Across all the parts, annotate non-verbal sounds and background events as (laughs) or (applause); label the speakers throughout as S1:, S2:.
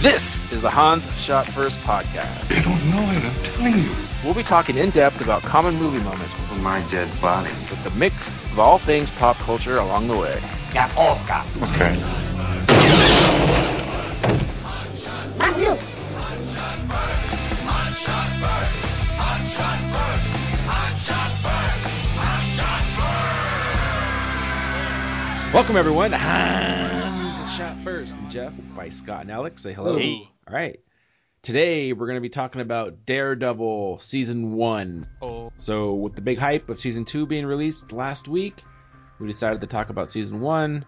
S1: This is the Hans Shot First podcast.
S2: I don't know it, I'm telling you.
S1: We'll be talking in depth about common movie moments
S2: My dead body.
S1: with the mix of all things pop culture along the way.
S2: Okay.
S1: Welcome everyone to Hans Shot First and Jeff by Scott and Alex. Say hello.
S3: Hey.
S1: All right. Today we're going to be talking about Daredevil season one.
S3: Oh,
S1: So with the big hype of season two being released last week, we decided to talk about season one,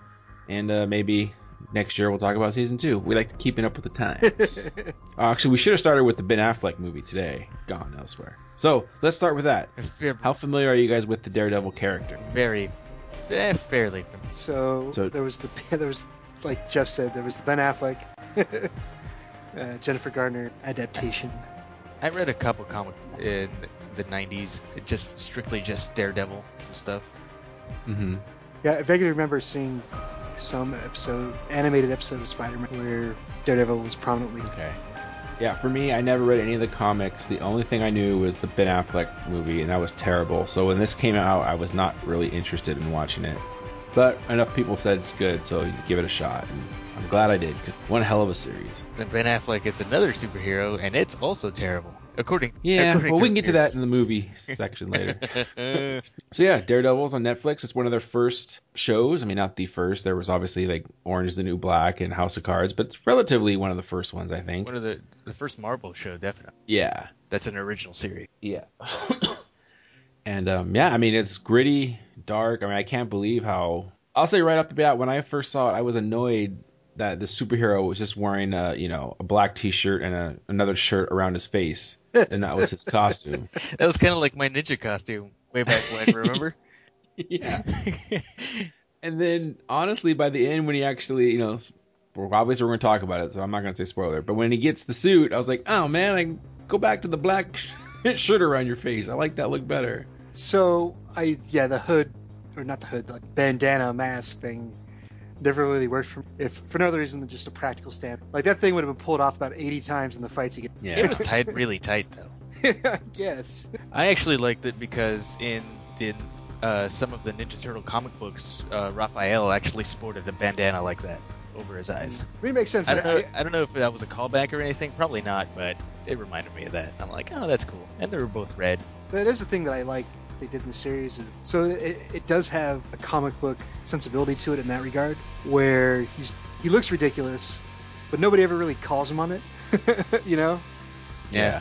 S1: and uh, maybe next year we'll talk about season two. We like to keeping up with the
S3: (laughs)
S1: times. Uh, actually, we should have started with the Ben Affleck movie today, Gone Elsewhere. So let's start with that.
S3: very,
S1: How familiar are you guys with the Daredevil character?
S3: very, eh, fairly. fam-
S4: So,
S1: So-
S4: there was the (laughs) there was like Jeff said there was the Ben Affleck, (laughs) uh, Jennifer Gardner adaptation.
S3: I read a couple comic in the '90s, it just strictly just Daredevil and stuff.
S1: Mm-hmm.
S4: Yeah, I vaguely remember seeing some episode, animated episode of Spider-Man where Daredevil was prominently.
S1: Okay. Yeah, for me, I never read any of the comics. The only thing I knew was the Ben Affleck movie, and that was terrible. So when this came out, I was not really interested in watching it. But enough people said it's good, so you give it a shot. And I'm glad I did. 'cause One hell of a series.
S3: Then Ben Affleck is another superhero, and it's also terrible. According,
S1: Yeah,
S3: according
S1: well,
S3: to
S1: we can get to that in the
S3: (laughs)
S1: movie section later.
S3: that.
S1: So yeah, Daredevil's on Netflix. It's one of their first shows. I mean, not the first. There was obviously like Orange is the New Black and House of Cards, but it's relatively one of the first ones, I think.
S3: One of the the first Marvel show, definitely.
S1: Yeah.
S3: That's an original series.
S1: Yeah. (coughs) and um, yeah, I mean, it's gritty, dark. I mean, I can't believe how. I'll say right off the bat, when I first saw it, I was annoyed that the superhero was just wearing a you know a black T-shirt and a, another shirt around his face, and that was his costume.
S3: That was kind of like my ninja costume way back
S1: (laughs)
S3: when. Remember?
S1: yeah. and then honestly, by the end, when he actually you know, s- well, obviously we're going to talk about it, so I'm not going to say spoiler. But when he gets the suit, I was like, oh man, I can go back to the black (laughs) shirt around your face. I like that look better.
S4: So I yeah the hood or not the hood like bandana mask thing never really worked for if for no other reason than just a practical stamp. Like that thing would have been pulled off about eighty times in the fights he
S1: Yeah.
S3: It was tied really tight though.
S4: get. (laughs) I guess.
S3: I actually liked it because in the uh, some of the Ninja Turtle comic books, uh, Raphael actually sported a bandana like that over his eyes.
S4: Really makes sense. Uh,
S3: I don't know. I don't know if that was a callback or anything. Probably not, but it reminded me of that. I'm like, oh, that's cool. And they were both red.
S4: That is the thing that I like they did in the series. Is, so it, it does have a comic book sensibility to it in that regard, where he's he looks ridiculous, but nobody ever really calls him on it. (laughs) you know,
S1: yeah.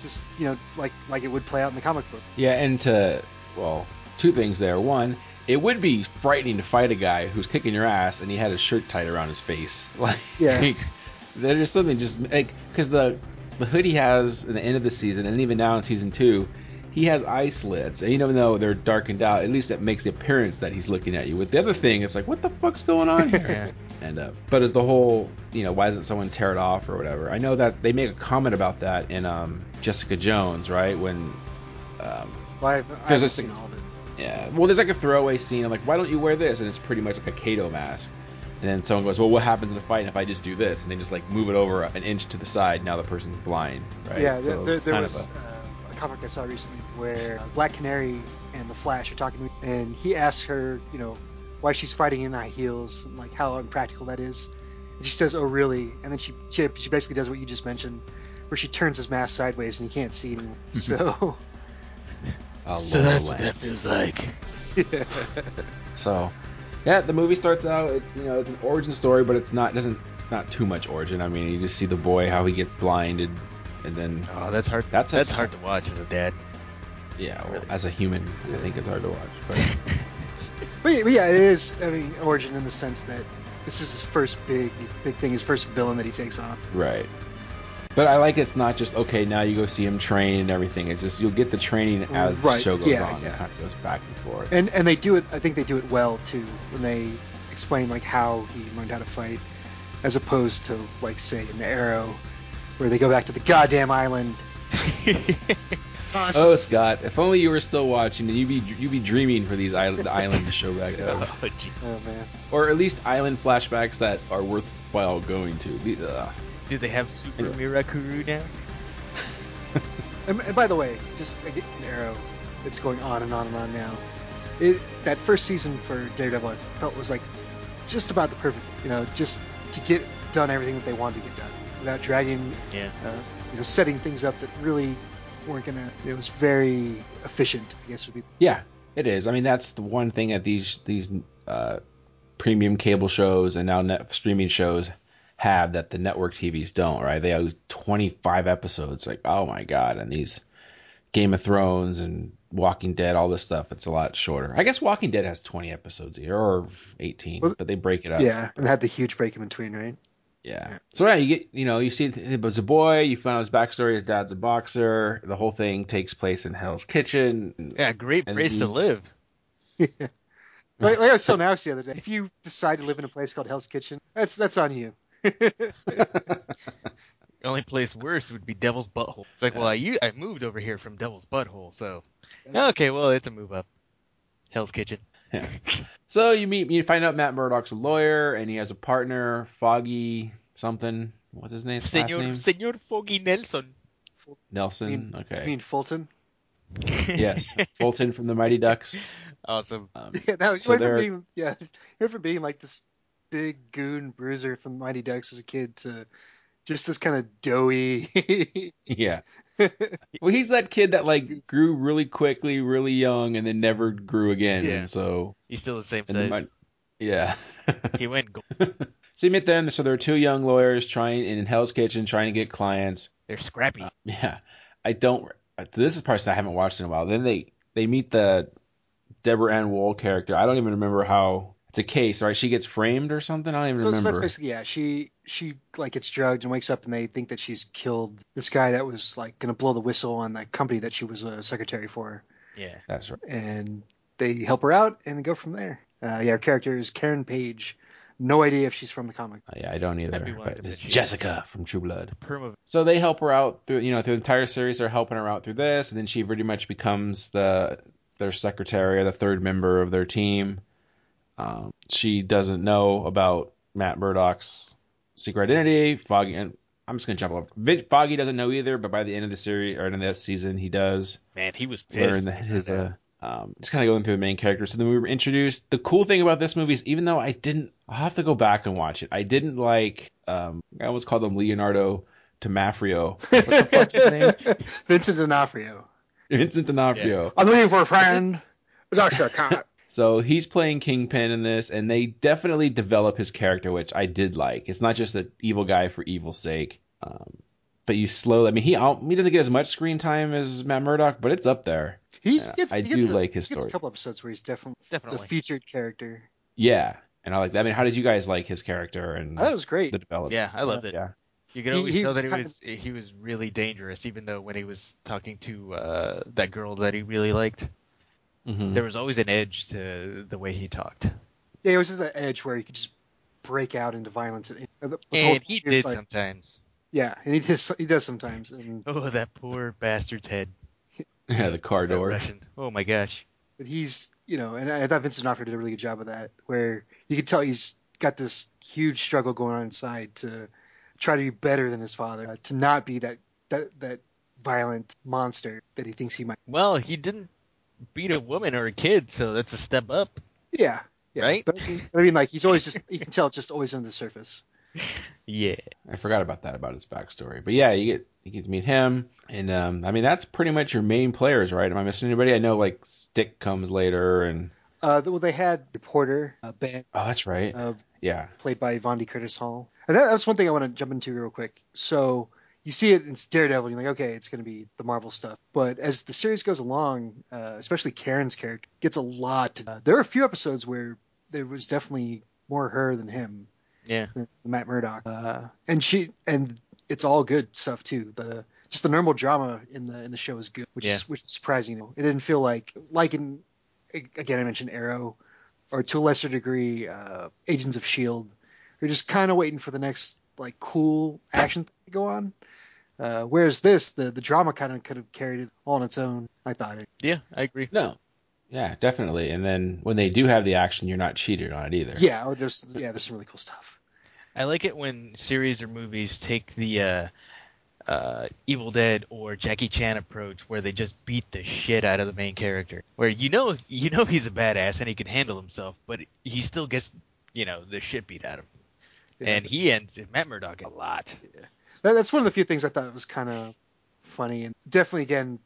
S4: just you know like like it would play out in the comic book.
S1: Yeah, and to well, two things there. One, it would be frightening to fight a guy who's kicking your ass and he had his shirt tied around his face. (laughs) Like,
S4: Yeah.
S1: there's something just like because the the hood he has in the end of the season and even now in season two, he has eye slits, and even though they're darkened out, at least that makes the appearance that he's looking at you. With the other thing, it's like, what the fuck's going on
S3: (laughs)
S1: here?
S3: (laughs) Yeah.
S1: And uh, but as the whole, you know, why doesn't someone tear it off or whatever? I know that they make a comment about that in um, Jessica Jones, right? When um,
S4: Well, I've, I
S1: There's
S4: haven't
S1: a
S4: seen
S1: sig-
S4: all of it.
S1: yeah. Well, there's like a throwaway scene. I'm like, why don't you wear this? And it's pretty much like a Kato mask. And then someone goes, well, what happens in a fight if I just do this? And they just like move it over an inch to the side. Now the person's blind, right?
S4: Yeah, there, there,
S1: it's
S4: there
S1: kind
S4: was
S1: of
S4: uh, a comic I saw recently where uh, Black Canary and the Flash are talking, and he asks her, you know, why she's fighting in high heels and like how unpractical that is. And she says, "Oh, really?" And then she she, she basically does what you just mentioned, where she turns his mask sideways and he can't see.
S1: (laughs)
S4: Anymore. So
S1: a, a
S3: So
S1: lower
S3: that's what that
S1: lens.
S3: feels like.
S1: So, yeah, the movie starts out. It's you know, it's an origin story, but it's not doesn't not too much origin. I mean, you just see the boy how he gets blinded, and then
S3: Oh, that's hard.
S1: That's
S3: That's
S1: a-
S3: that's hard to watch as a (laughs) dad.
S1: yeah, well,
S3: Really?
S1: as a human, I think it's hard to watch. But
S4: But, yeah- but yeah, it is. I mean, origin in the sense that this is his first big, big thing, his first villain that he takes on.
S1: Right. But I like it's not just okay. Now you go see him train and everything. It's just you'll get the training as the
S4: Right,
S1: show goes
S4: yeah,
S1: on.
S4: yeah.
S1: It kind of goes back and forth.
S4: And and they do it. I think they do it well too when they explain like how he learned how to fight, as opposed to like say in the Arrow, where they go back to the goddamn island.
S1: oh, Scott, if only you were still watching, you'd be you'd be dreaming for these island, the island to show back
S4: (laughs)
S1: up,
S3: Oh, gee.
S4: Oh man,
S1: or at least island flashbacks that are worthwhile going to. The- uh,
S3: Did they have Super
S1: Anyway.
S3: Mirakuru now?
S4: And, and by the way, just I get an arrow. It's going on and on and on now. It that first season for Daredevil, I felt was like just about the perfect, you know, just to get done everything that they wanted to get done without dragging,
S3: Yeah.
S4: uh, you know, setting things up that really weren't gonna. It was very efficient, I guess would be.
S1: Yeah, it is. I mean, that's the one thing that these these uh, premium cable shows and now net streaming shows have that the network TVs don't. Right? They have twenty five episodes. Like, oh my god! And these Game of Thrones and Walking Dead, all this stuff. It's a lot shorter. I guess Walking Dead has twenty episodes a year or eighteen,
S4: Well,
S1: but they break it up.
S4: Yeah, and had the huge break in between, right? (laughs)
S1: Yeah. So yeah, you get you know you see it was a boy. You find out his backstory. His dad's a boxer. The whole thing takes place in Hell's Kitchen.
S3: Yeah, great
S1: And
S3: place to
S1: the-
S3: live.
S4: Like, like I was telling Alex the other day, if you decide to live in a place called Hell's Kitchen, that's that's on you.
S3: Only place worse would be Devil's Butthole. It's like, well, I, u- I moved over here from Devil's Butthole, so okay, well, it's a move up. Hell's Kitchen.
S1: So you meet, you find out Matt Murdock's a lawyer, and he has a partner, Foggy something. What's his name? Last
S3: Senor
S1: name?
S3: Senor Foggy (laughs) Nelson.
S1: Nelson.
S4: mean-
S1: okay.
S4: I mean Fulton.
S3: (laughs)
S1: yes, Fulton from the Mighty Ducks.
S3: Awesome.
S4: (laughs)
S1: Um,
S4: Yeah, no, you
S1: So
S4: went from
S1: they're-
S4: being yeah, you went from being like this big goon bruiser from Mighty Ducks as a kid to just this kind of doughy. (laughs)
S1: yeah. well, he's that kid that like grew really quickly, really young, and then never grew again.
S3: Yeah.
S1: And so,
S3: He's still the same
S1: and the
S3: size.
S1: Mighty- yeah. (laughs)
S3: He went. Gold.
S1: so you meet them. So there are two young lawyers trying in Hell's Kitchen, trying to get clients.
S3: They're scrappy.
S1: Uh, (laughs) Yeah, I don't. uh, This is parts I haven't watched in a while. Then they they meet the Deborah Ann Wool character. I don't even remember how it's a case, right? She gets framed or something. I don't even
S4: so, so that's
S1: remember.
S4: basically yeah. She she like gets drugged and wakes up and they think that she's killed this guy that was like going to blow the whistle on the company that she was a secretary for,
S3: yeah.
S1: That's right.
S4: and they help her out and go from there. Uh, yeah, her character is Karen Page. No idea if she's from the comic.
S1: Uh, Yeah, I don't either.
S3: Everyone
S1: But
S3: can
S1: it's
S3: bitch.
S1: Jessica from True Blood.
S3: Perma.
S1: So they help her out through you know through the entire series. They're helping her out through this, and then she pretty much becomes the their secretary or the third member of their team. Um, she doesn't know about Matt Murdock's secret identity. Foggy, and I'm just gonna jump off. Vit- Foggy doesn't know either, but by the end of the series or end of that season, he does
S3: Man, he was pissed.
S1: learn that
S3: when he
S1: his.
S3: found out.
S1: Uh, um, just kind of going through the main characters. So then we were introduced. The cool thing about this movie is, even though I didn't, I'll have to go back and watch it. I didn't like. Um, I almost called him Leonardo
S4: (laughs)
S1: Tamafrio. What the fuck's his name?
S4: Vincent D'Onofrio.
S1: Vincent D'Onofrio.
S4: I'm looking for a (laughs) friend. Doctor Cott.
S1: So he's playing Kingpin in this, and they definitely develop his character, which I did like. It's not just an evil guy for evil's sake. Um, but you slowly, I mean, he al- he doesn't get as much screen time as Matt Murdock, but it's up there.
S4: He
S1: Yeah,
S4: gets.
S1: I
S4: he gets
S1: do
S4: a,
S1: like his
S4: he gets
S1: story.
S4: a couple episodes where he's definitely
S3: Definitely.
S4: the featured character.
S1: Yeah, and I like that. I mean, how did you guys like his character and
S4: I thought it Oh, was great.
S1: the development?
S3: yeah, I loved it.
S1: Yeah,
S3: You could
S4: He-
S3: always
S4: he
S3: tell
S4: was
S3: that he
S4: kind
S3: was he was really dangerous, even though when he was talking to uh, that girl that he really liked,
S1: Mhm.
S3: there was always an edge to the way he talked.
S4: Yeah, it was just that edge where he could just break out into violence. And, and the- the whole
S3: And he
S4: time was
S3: did
S4: like-
S3: sometimes.
S4: Yeah, and he does. He does sometimes. And
S3: Oh, that poor bastard's head.
S1: yeah, the car
S3: That
S1: door.
S3: Russian. Oh my gosh.
S4: but he's you know, and I thought Vincent D'Onofrio did a really good job of that, where you could tell he's got this huge struggle going on inside to try to be better than his father, uh, to not be that that that violent monster that he thinks he might.
S3: Well, he didn't beat a woman or a kid, so that's a step up.
S4: Yeah. Yeah.
S3: Right?
S4: But I mean- I mean, like he's always just you can tell it's just always under the surface.
S3: Yeah.
S1: I forgot about that about his backstory, but yeah, you get you get to meet him, and um, I mean, that's pretty much your main players, right? Am I missing anybody? I know like Stick comes later, and
S4: Uh, well, they had reporter uh, Ben,
S1: oh, that's right.
S4: uh,
S1: yeah.
S4: played by Von D. Curtis Hall, and that, that's one thing I want to jump into real quick. So you see it in Daredevil, and you're like, okay, it's going to be the Marvel stuff. But as the series goes along, uh, especially Karen's character gets a lot. To, uh, there are a few episodes where there was definitely more her than him.
S3: Yeah.
S4: Matt Murdock, uh, and she and it's all good stuff too. The just the normal drama in the in the show is good, which
S3: Yeah.
S4: is which is surprising. It didn't feel like like in again I mentioned Arrow, or to a lesser degree uh, Agents of Shield. You're just kind of waiting for the next like cool action thing to go on. Uh, whereas this, the the drama kind of could have carried it all on its own. I thought it.
S3: Yeah, I agree.
S1: No. Yeah, definitely. And then when they do have the action, you're not cheated on it either.
S4: oh, Yeah, there's yeah, there's some really cool stuff.
S3: I like it when series or movies take the uh, uh, Evil Dead or Jackie Chan approach, where they just beat the shit out of the main character, where you know you know he's a badass and he can handle himself, but he still gets you know the shit beat out of him,
S4: Yeah.
S3: and he ends Matt Murdock a lot.
S4: That- that's one of the few things I thought was kind of funny, and definitely again,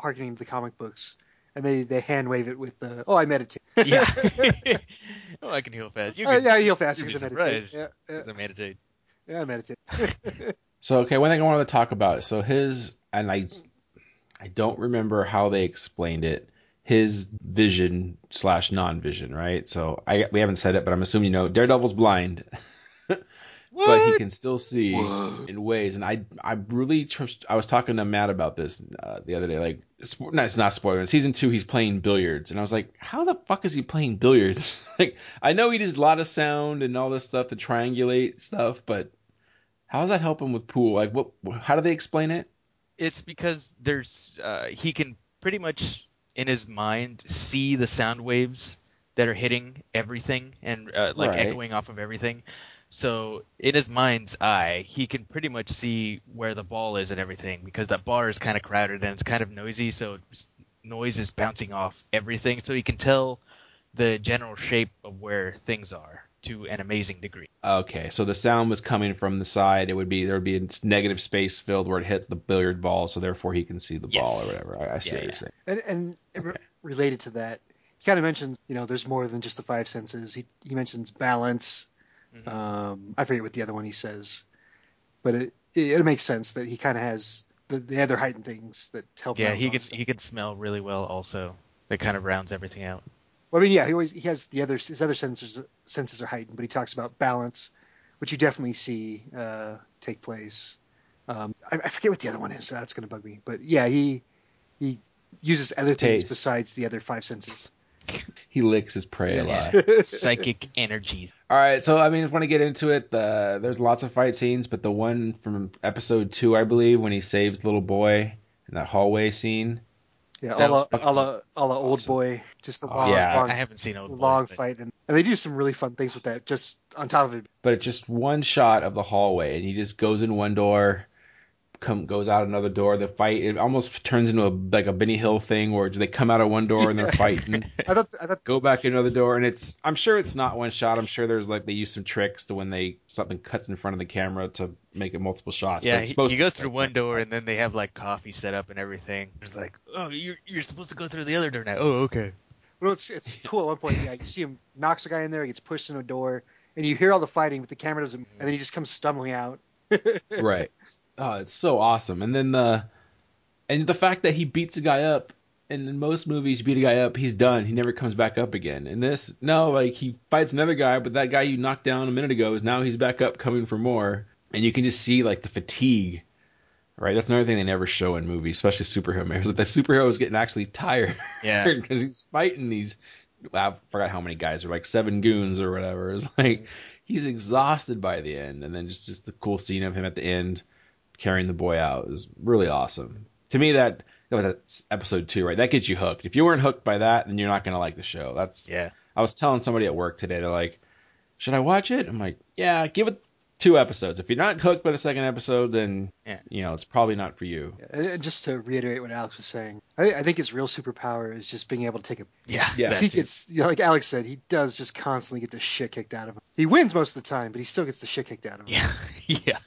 S4: harkening to the comic books. And they, they hand wave it with the oh I meditate.
S3: (laughs) Yeah. (laughs) oh, I can heal fast. You
S4: Uh,
S3: can.
S4: yeah, you'll faster
S3: you'd be
S4: because I meditate. Yeah,
S3: surprised.
S4: yeah,
S3: I meditate.
S4: yeah, I meditate.
S1: So okay, one thing I wanted to talk about. So his and I, I don't remember how they explained it. His vision slash non-vision, right? So I we haven't said it, but I'm assuming you know Daredevil's blind, but he can still see in ways. And I I really tr- I was talking to Matt about this uh, the other day. Like, spo- no, it's not spoiler. In season two, he's playing billiards, and I was like, how the fuck is he playing billiards? (laughs) like, I know he does a lot of sound and all this stuff to triangulate stuff, but how does that help him with pool? Like, what? How do they explain it?
S3: It's because there's uh, he can pretty much in his mind see the sound waves that are hitting everything and uh, like
S1: Right.
S3: echoing off of everything. So in his mind's eye, he can pretty much see where the ball is and everything because that bar is kind of crowded and it's kind of noisy. So s- noise is bouncing off everything, so he can tell the general shape of where things are to an amazing degree.
S1: Okay, so the sound was coming from the side. It would be there would be a negative space filled where it hit the billiard ball, so therefore he can see the
S3: Yes.
S1: ball or whatever. I, I see
S3: Yeah,
S1: what
S3: yeah.
S1: you're saying.
S4: And, and re- related to that, he kind of mentions, you know, there's more than just the five senses. He he mentions balance.
S3: Mm-hmm.
S4: Um, I forget what the other one he says, but it it, it makes sense that he kind of has the, the other heightened things that help. him out
S3: Yeah,
S4: with
S3: he
S4: all
S3: can
S4: this stuff.
S3: he can smell really well. Also, that kind of rounds everything out.
S4: Well, I mean, yeah, he always he has the other his other senses senses are heightened, but he talks about balance, which you definitely see uh, take place. Um, I, I forget what the other one is. so That's going to bug me, but yeah, he he uses other things
S1: Taste.
S4: besides the other five senses.
S1: He licks his prey
S4: Yes.
S1: alive.
S3: (laughs) Psychic energies.
S1: All right, so I mean, want to get into it. Uh, there's lots of fight scenes, but the one from episode two, I believe, when he saves the little boy in that hallway scene.
S4: Yeah,
S3: That
S4: all a,
S3: was fucking
S4: all a, all a old
S1: awesome.
S4: boy, just the
S1: Oh,
S4: long,
S1: yeah.
S4: long,
S3: I haven't seen Old Boy,
S4: long
S3: but-
S4: fight, and, and they do some really fun things with that. Just on top of it,
S1: but it's just one shot of the hallway and he just goes in one door come goes out another door the fight it almost turns into a like a benny hill thing where they come out of one door and
S3: (laughs)
S1: they're fighting
S4: I thought I thought
S1: go back in another door and it's i'm sure it's not one shot i'm sure there's like they use some tricks to when they something cuts in front of the camera to make it multiple shots but
S3: Yeah,
S1: it's
S3: he,
S1: supposed
S3: he
S1: to
S3: goes
S1: be
S3: through
S1: like
S3: one
S1: that.
S3: door and then they have like coffee set up and everything. It's like, oh, you're you're supposed to go through the other door now. Oh, okay.
S4: Well, it's it's cool. At one point, yeah, you see him knocks a guy in there, he gets pushed into a door, and you hear all the fighting, but the camera doesn't, and then he just comes stumbling out.
S1: right oh it's so awesome and then the and the fact that he beats a guy up and in most movies you beat a guy up he's done he never comes back up again and this no like he fights another guy but that guy you knocked down a minute ago is now he's back up coming for more and you can just see like the fatigue right that's another thing they never show in movies especially superhero movies that the superhero is getting actually tired
S3: Yeah.
S1: because he's fighting these i forgot how many guys are like seven goons or whatever it's (laughs) like he's exhausted by the end and then just just the cool scene of him at the end carrying the boy out is really awesome to me that that was that's episode two right that gets you hooked if you weren't hooked by that then you're not gonna like the show that's
S3: Yeah.
S1: i was telling somebody at work today they're like should i watch it i'm like yeah give it two episodes if you're not hooked by the second episode then
S3: Yeah.
S1: you know it's probably not for you
S4: And and Uh, just to reiterate what Alex was saying, I, I think his real superpower is just being able to take a.
S3: Yeah.
S1: Yeah.
S3: that
S4: he
S3: too.
S4: gets, you know, like Alex said, he does just constantly get the shit kicked out of him. He wins most of the time, but he still gets the shit kicked out of him.
S3: Yeah. (laughs) yeah.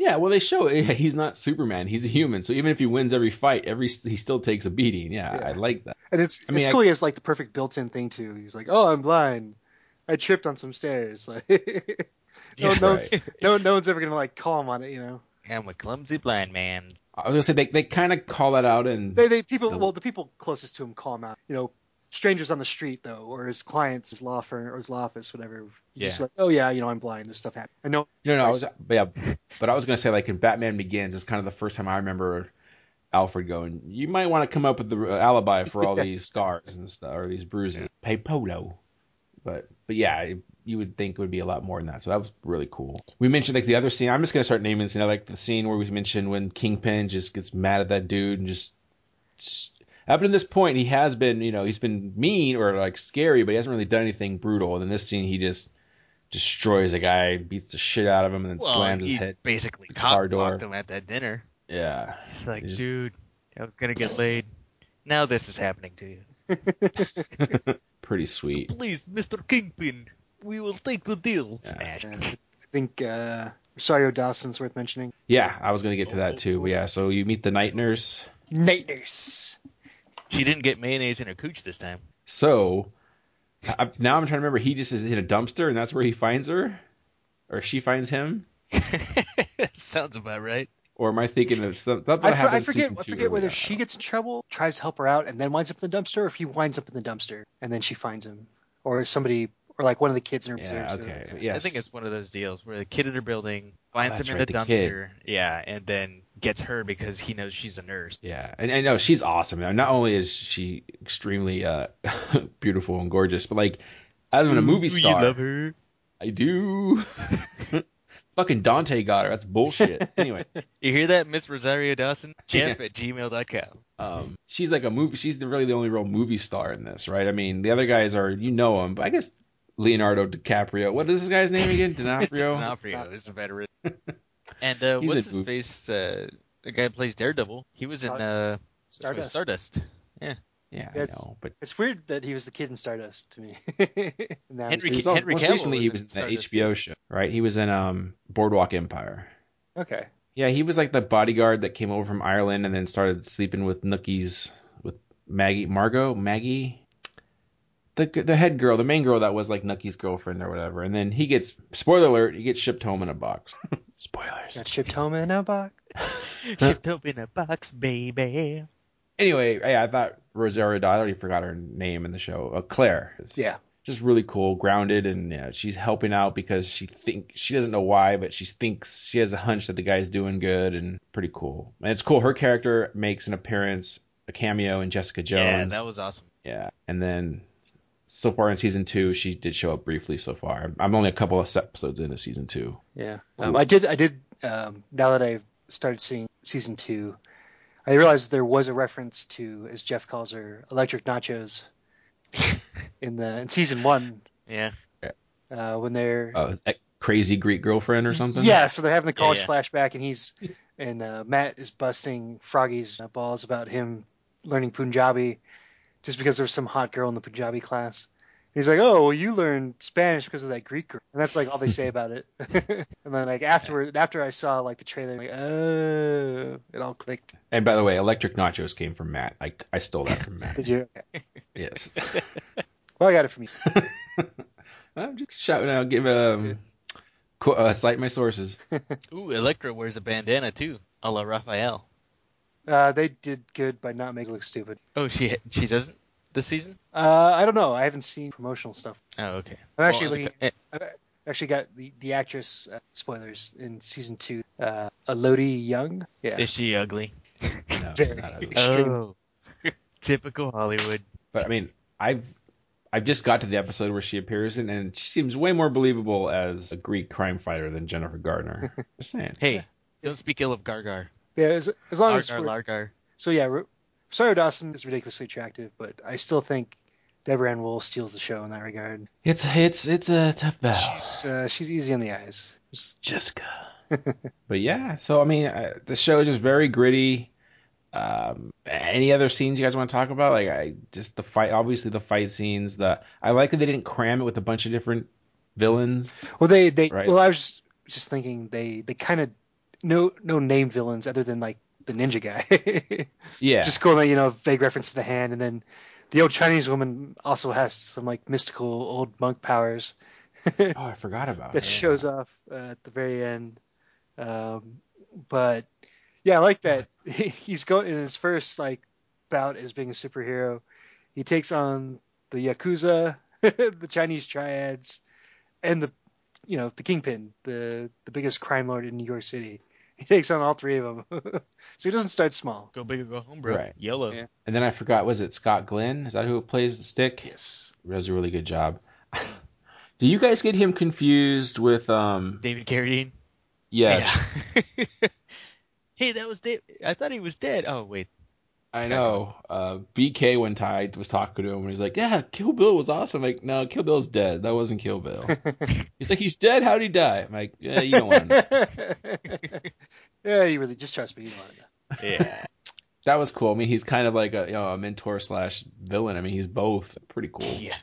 S1: Yeah, well, they show (laughs) yeah, he's not Superman. He's a human. So even if he wins every fight, every he still takes a beating. Yeah,
S4: Yeah.
S1: I like that.
S4: And it's
S1: I mean,
S4: it's
S1: I-
S4: cool. He has like the perfect built-in thing too. He's like, "Oh, I'm blind. I tripped on some stairs." (laughs) Like, no,
S3: Yeah.
S4: no, one's, (laughs) no, no one's ever gonna like call him on it, you know.
S3: I'm a clumsy blind man.
S1: I was gonna say they they kind of call that out and
S4: They, they people.
S1: The-
S4: Well, the people closest to him call him out. You know, strangers on the street though, or his clients, his law firm, or his law office, whatever. You Just
S3: Yeah.
S4: like, oh yeah, you know, I'm blind. This stuff happened. I know.
S1: no, no, I was, but yeah, but I was gonna say like in Batman Begins, it's kind of the first time I remember Alfred going, "You might want to come up with the uh, alibi for
S3: (laughs)
S1: all these scars and stuff or these bruises." Pay polo, but but yeah. You would think it would be a lot more than that, so that was really cool. We mentioned like the other scene. I'm just gonna start naming this. You know, like the scene where we mentioned when Kingpin just gets mad at that dude and just up to this point he has been you know he's been mean or like scary but he hasn't really done anything brutal and in this scene he just destroys a guy, beats the shit out of him, and then
S3: Well,
S1: slams his
S3: he
S1: head.
S3: basically
S1: car
S3: cock
S1: door.
S3: blocked him at that dinner.
S1: Yeah,
S3: It's like,
S1: He's-
S3: dude, I was gonna get laid. Now this is happening to you.
S1: pretty sweet.
S3: Please, Mr. Kingpin, we will take the deal.
S1: Yeah.
S3: Smash.
S4: And I think uh, Rosario Dawson's worth mentioning.
S1: Yeah, I was gonna get to that too, but yeah. So you meet the night nurse.
S4: Night nurse.
S3: She didn't get mayonnaise in her cooch this time.
S1: So I, I- now I'm trying to remember. He just is in a dumpster, and that's where he finds her, or she finds him.
S3: (laughs) Sounds about right.
S1: Or am I thinking of some- something?
S4: I,
S1: that
S4: fr-
S1: happened
S4: I
S1: in
S4: forget.
S1: season
S4: I
S1: two
S4: forget
S1: early
S4: whether
S1: on.
S4: she gets in trouble, tries to help her out, and then winds up in the dumpster, or if he winds up in the dumpster and then she finds him, or somebody, or like one of the kids in her
S1: Yeah.
S4: reserves.
S1: Okay. Yes.
S3: I think it's one of those deals where the kid in her building finds
S1: Oh,
S3: him in
S1: that's
S3: the
S1: right,
S3: dumpster,
S1: the kid.
S3: yeah, and then gets her because he knows she's a nurse.
S1: Yeah, and, and no, she's awesome. Not only is she extremely uh, (laughs) beautiful and gorgeous, but like, other than a movie
S3: Ooh, you
S1: star,
S3: love her.
S1: I do. (laughs) Fucking Dante got her. That's
S4: (laughs)
S1: bullshit. anyway,
S3: You hear that, Miss Rosario Dawson? Jump
S1: Yeah.
S3: at gmail.com.
S1: um, she's like a movie. She's the, really the only real movie star in this, right? I mean, the other guys are you know him, but I guess Leonardo DiCaprio. What is this guy's name
S3: (laughs)
S1: again? DiCaprio.
S3: D'Onofrio is a veteran.
S1: (laughs)
S3: and uh,
S1: He's
S3: what's
S1: a
S3: his
S1: goof.
S3: face? Uh, the guy who plays Daredevil. He was in
S4: Star-
S3: uh,
S4: Stardust.
S3: Stardust.
S1: yeah, I
S4: That's-
S1: know, but
S4: It's weird that he was the kid in Stardust to me. (laughs) And now he's-
S1: he
S3: Henry-
S1: was all,
S3: Henry
S1: most
S3: Cavill
S1: recently
S3: was
S1: he
S3: in
S1: was in the
S3: Stardust,
S1: HBO show, right? He was in um, Boardwalk Empire.
S4: okay.
S1: Yeah, he was like the bodyguard that came over from Ireland and then started sleeping with Nookie's with Maggie, Margot, Maggie, the the head girl, the main girl that was like Nookie's girlfriend or whatever. And then he gets spoiler alert, he gets shipped home in a box. (laughs) Spoilers.
S4: Got shipped home in a box.
S3: Shipped up in a box, baby.
S1: Anyway, yeah, I thought Rosario Dawson. I already forgot her name in the show. Uh, Claire.
S4: Yeah.
S1: just really cool, grounded, and yeah, she's helping out because she think she doesn't know why, but she thinks she has a hunch that the guy's doing good and pretty cool. And it's cool. Her character makes an appearance, a cameo in Jessica Jones.
S3: Yeah, that was awesome.
S1: Yeah. and then so far in season two, she did show up briefly. So far, I'm only a couple of episodes into season two.
S4: Yeah, um, I did. I did. Um, now that I've started seeing season two, I realized there was a reference to, as Jeff calls her, electric nachos in the in season one
S3: Yeah.
S4: uh, when they're
S1: Uh, that crazy Greek girlfriend
S3: (laughs)
S1: or something.
S4: yeah, so they're having the
S3: Yeah,
S4: college
S3: yeah.
S4: flashback, and he's and uh, Matt is busting Froggy's balls about him learning Punjabi just because there was some hot girl in the Punjabi class. And he's like, "Oh, well, you learned Spanish because of that Greek girl," and that's like all they say about it. (laughs) and then like afterward, after I saw like the trailer, like, oh, it all clicked.
S1: And by the way, electric nachos came from Matt. I I stole that from Matt.
S3: (laughs)
S4: Did you?
S1: yes.
S4: Well, I got it from you.
S1: I'm just shouting out, give um, qu- uh, cite my sources.
S3: Ooh, Electra wears a bandana too, a la Raphael.
S4: Uh, they did good by not making it look stupid.
S3: Oh, she she doesn't this season.
S4: Uh, I don't know. I haven't seen promotional stuff.
S3: Oh, okay.
S4: I'm actually
S3: Well,
S4: looking.
S3: eh,
S4: actually got the, the actress uh, spoilers in season two uh elodie young yeah
S3: Is she ugly?
S1: No,
S4: Very.
S1: not ugly.
S4: Extreme.
S1: Oh. (laughs)
S3: typical Hollywood.
S1: But I mean, I've I've just got to the episode where she appears in, and she seems way more believable as a Greek crime fighter than Jennifer Gardner. just saying.
S3: Hey, don't speak ill of Gargar.
S4: yeah as, as long as
S3: Largar,
S4: we're-
S3: Largar.
S4: so yeah Ro- Rosario Dawson is ridiculously attractive but I still think Deborah Ann Wool steals the show in that regard
S1: It's it's it's a tough battle,
S4: she's uh, she's easy on the eyes Just-
S1: Jessica. but yeah, so I mean, uh, the show is just very gritty. Um, any other scenes you guys want to talk about? Like, I just the fight, obviously the fight scenes. The I like that they didn't cram it with a bunch of different villains.
S4: well they they
S1: Right.
S4: well I was just, just thinking they they kind of no no name villains other than like the ninja guy (laughs)
S1: Yeah,
S4: just going you know vague reference to the hand and then the old Chinese woman also has some like mystical old monk powers
S1: Oh, I forgot about
S4: that
S1: her.
S4: shows off uh, at the very end. Um, but yeah, I like that. (laughs) He's going in his first like bout as being a superhero. He takes on the yakuza, (laughs) the Chinese triads, and the you know the kingpin, the the biggest crime lord in New York City. (laughs) He takes on all three of them, (laughs) so he doesn't start small.
S3: Go big or go home, bro.
S1: Right.
S3: Yellow.
S4: Yeah.
S1: And then I forgot, was it Scott Glenn? Is that who plays the stick?
S4: (laughs) Yes,
S1: Does a really good job. (laughs) Do you guys get him confused with um?
S3: David Carradine.
S1: Yes.
S3: (laughs) Yeah. hey, that was Dave. I thought he was dead. Oh wait,
S1: I know. Uh, BK one time was talking to him and he's like, "Yeah, Kill Bill was awesome." I'm like, no, Kill Bill's dead. That wasn't Kill Bill.
S4: (laughs)
S1: he's like, "He's dead. How would he die?" I'm like, "Yeah, you don't want to." Know.
S4: yeah, you really just trust me. You don't want to know.
S3: Yeah.
S1: (laughs) That was cool. I mean, he's kind of like a you know a mentor slash villain. I mean, he's both pretty cool.
S3: (laughs) yeah.